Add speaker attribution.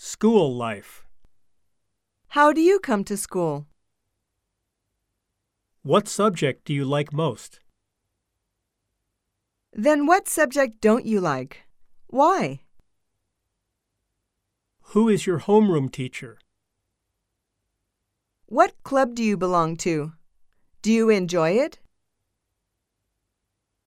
Speaker 1: School life.
Speaker 2: How do you come to school?
Speaker 1: What subject do you like most?
Speaker 2: Then what subject don't you like? Why?
Speaker 1: Who is your homeroom teacher?
Speaker 2: What club do you belong to? Do you enjoy it?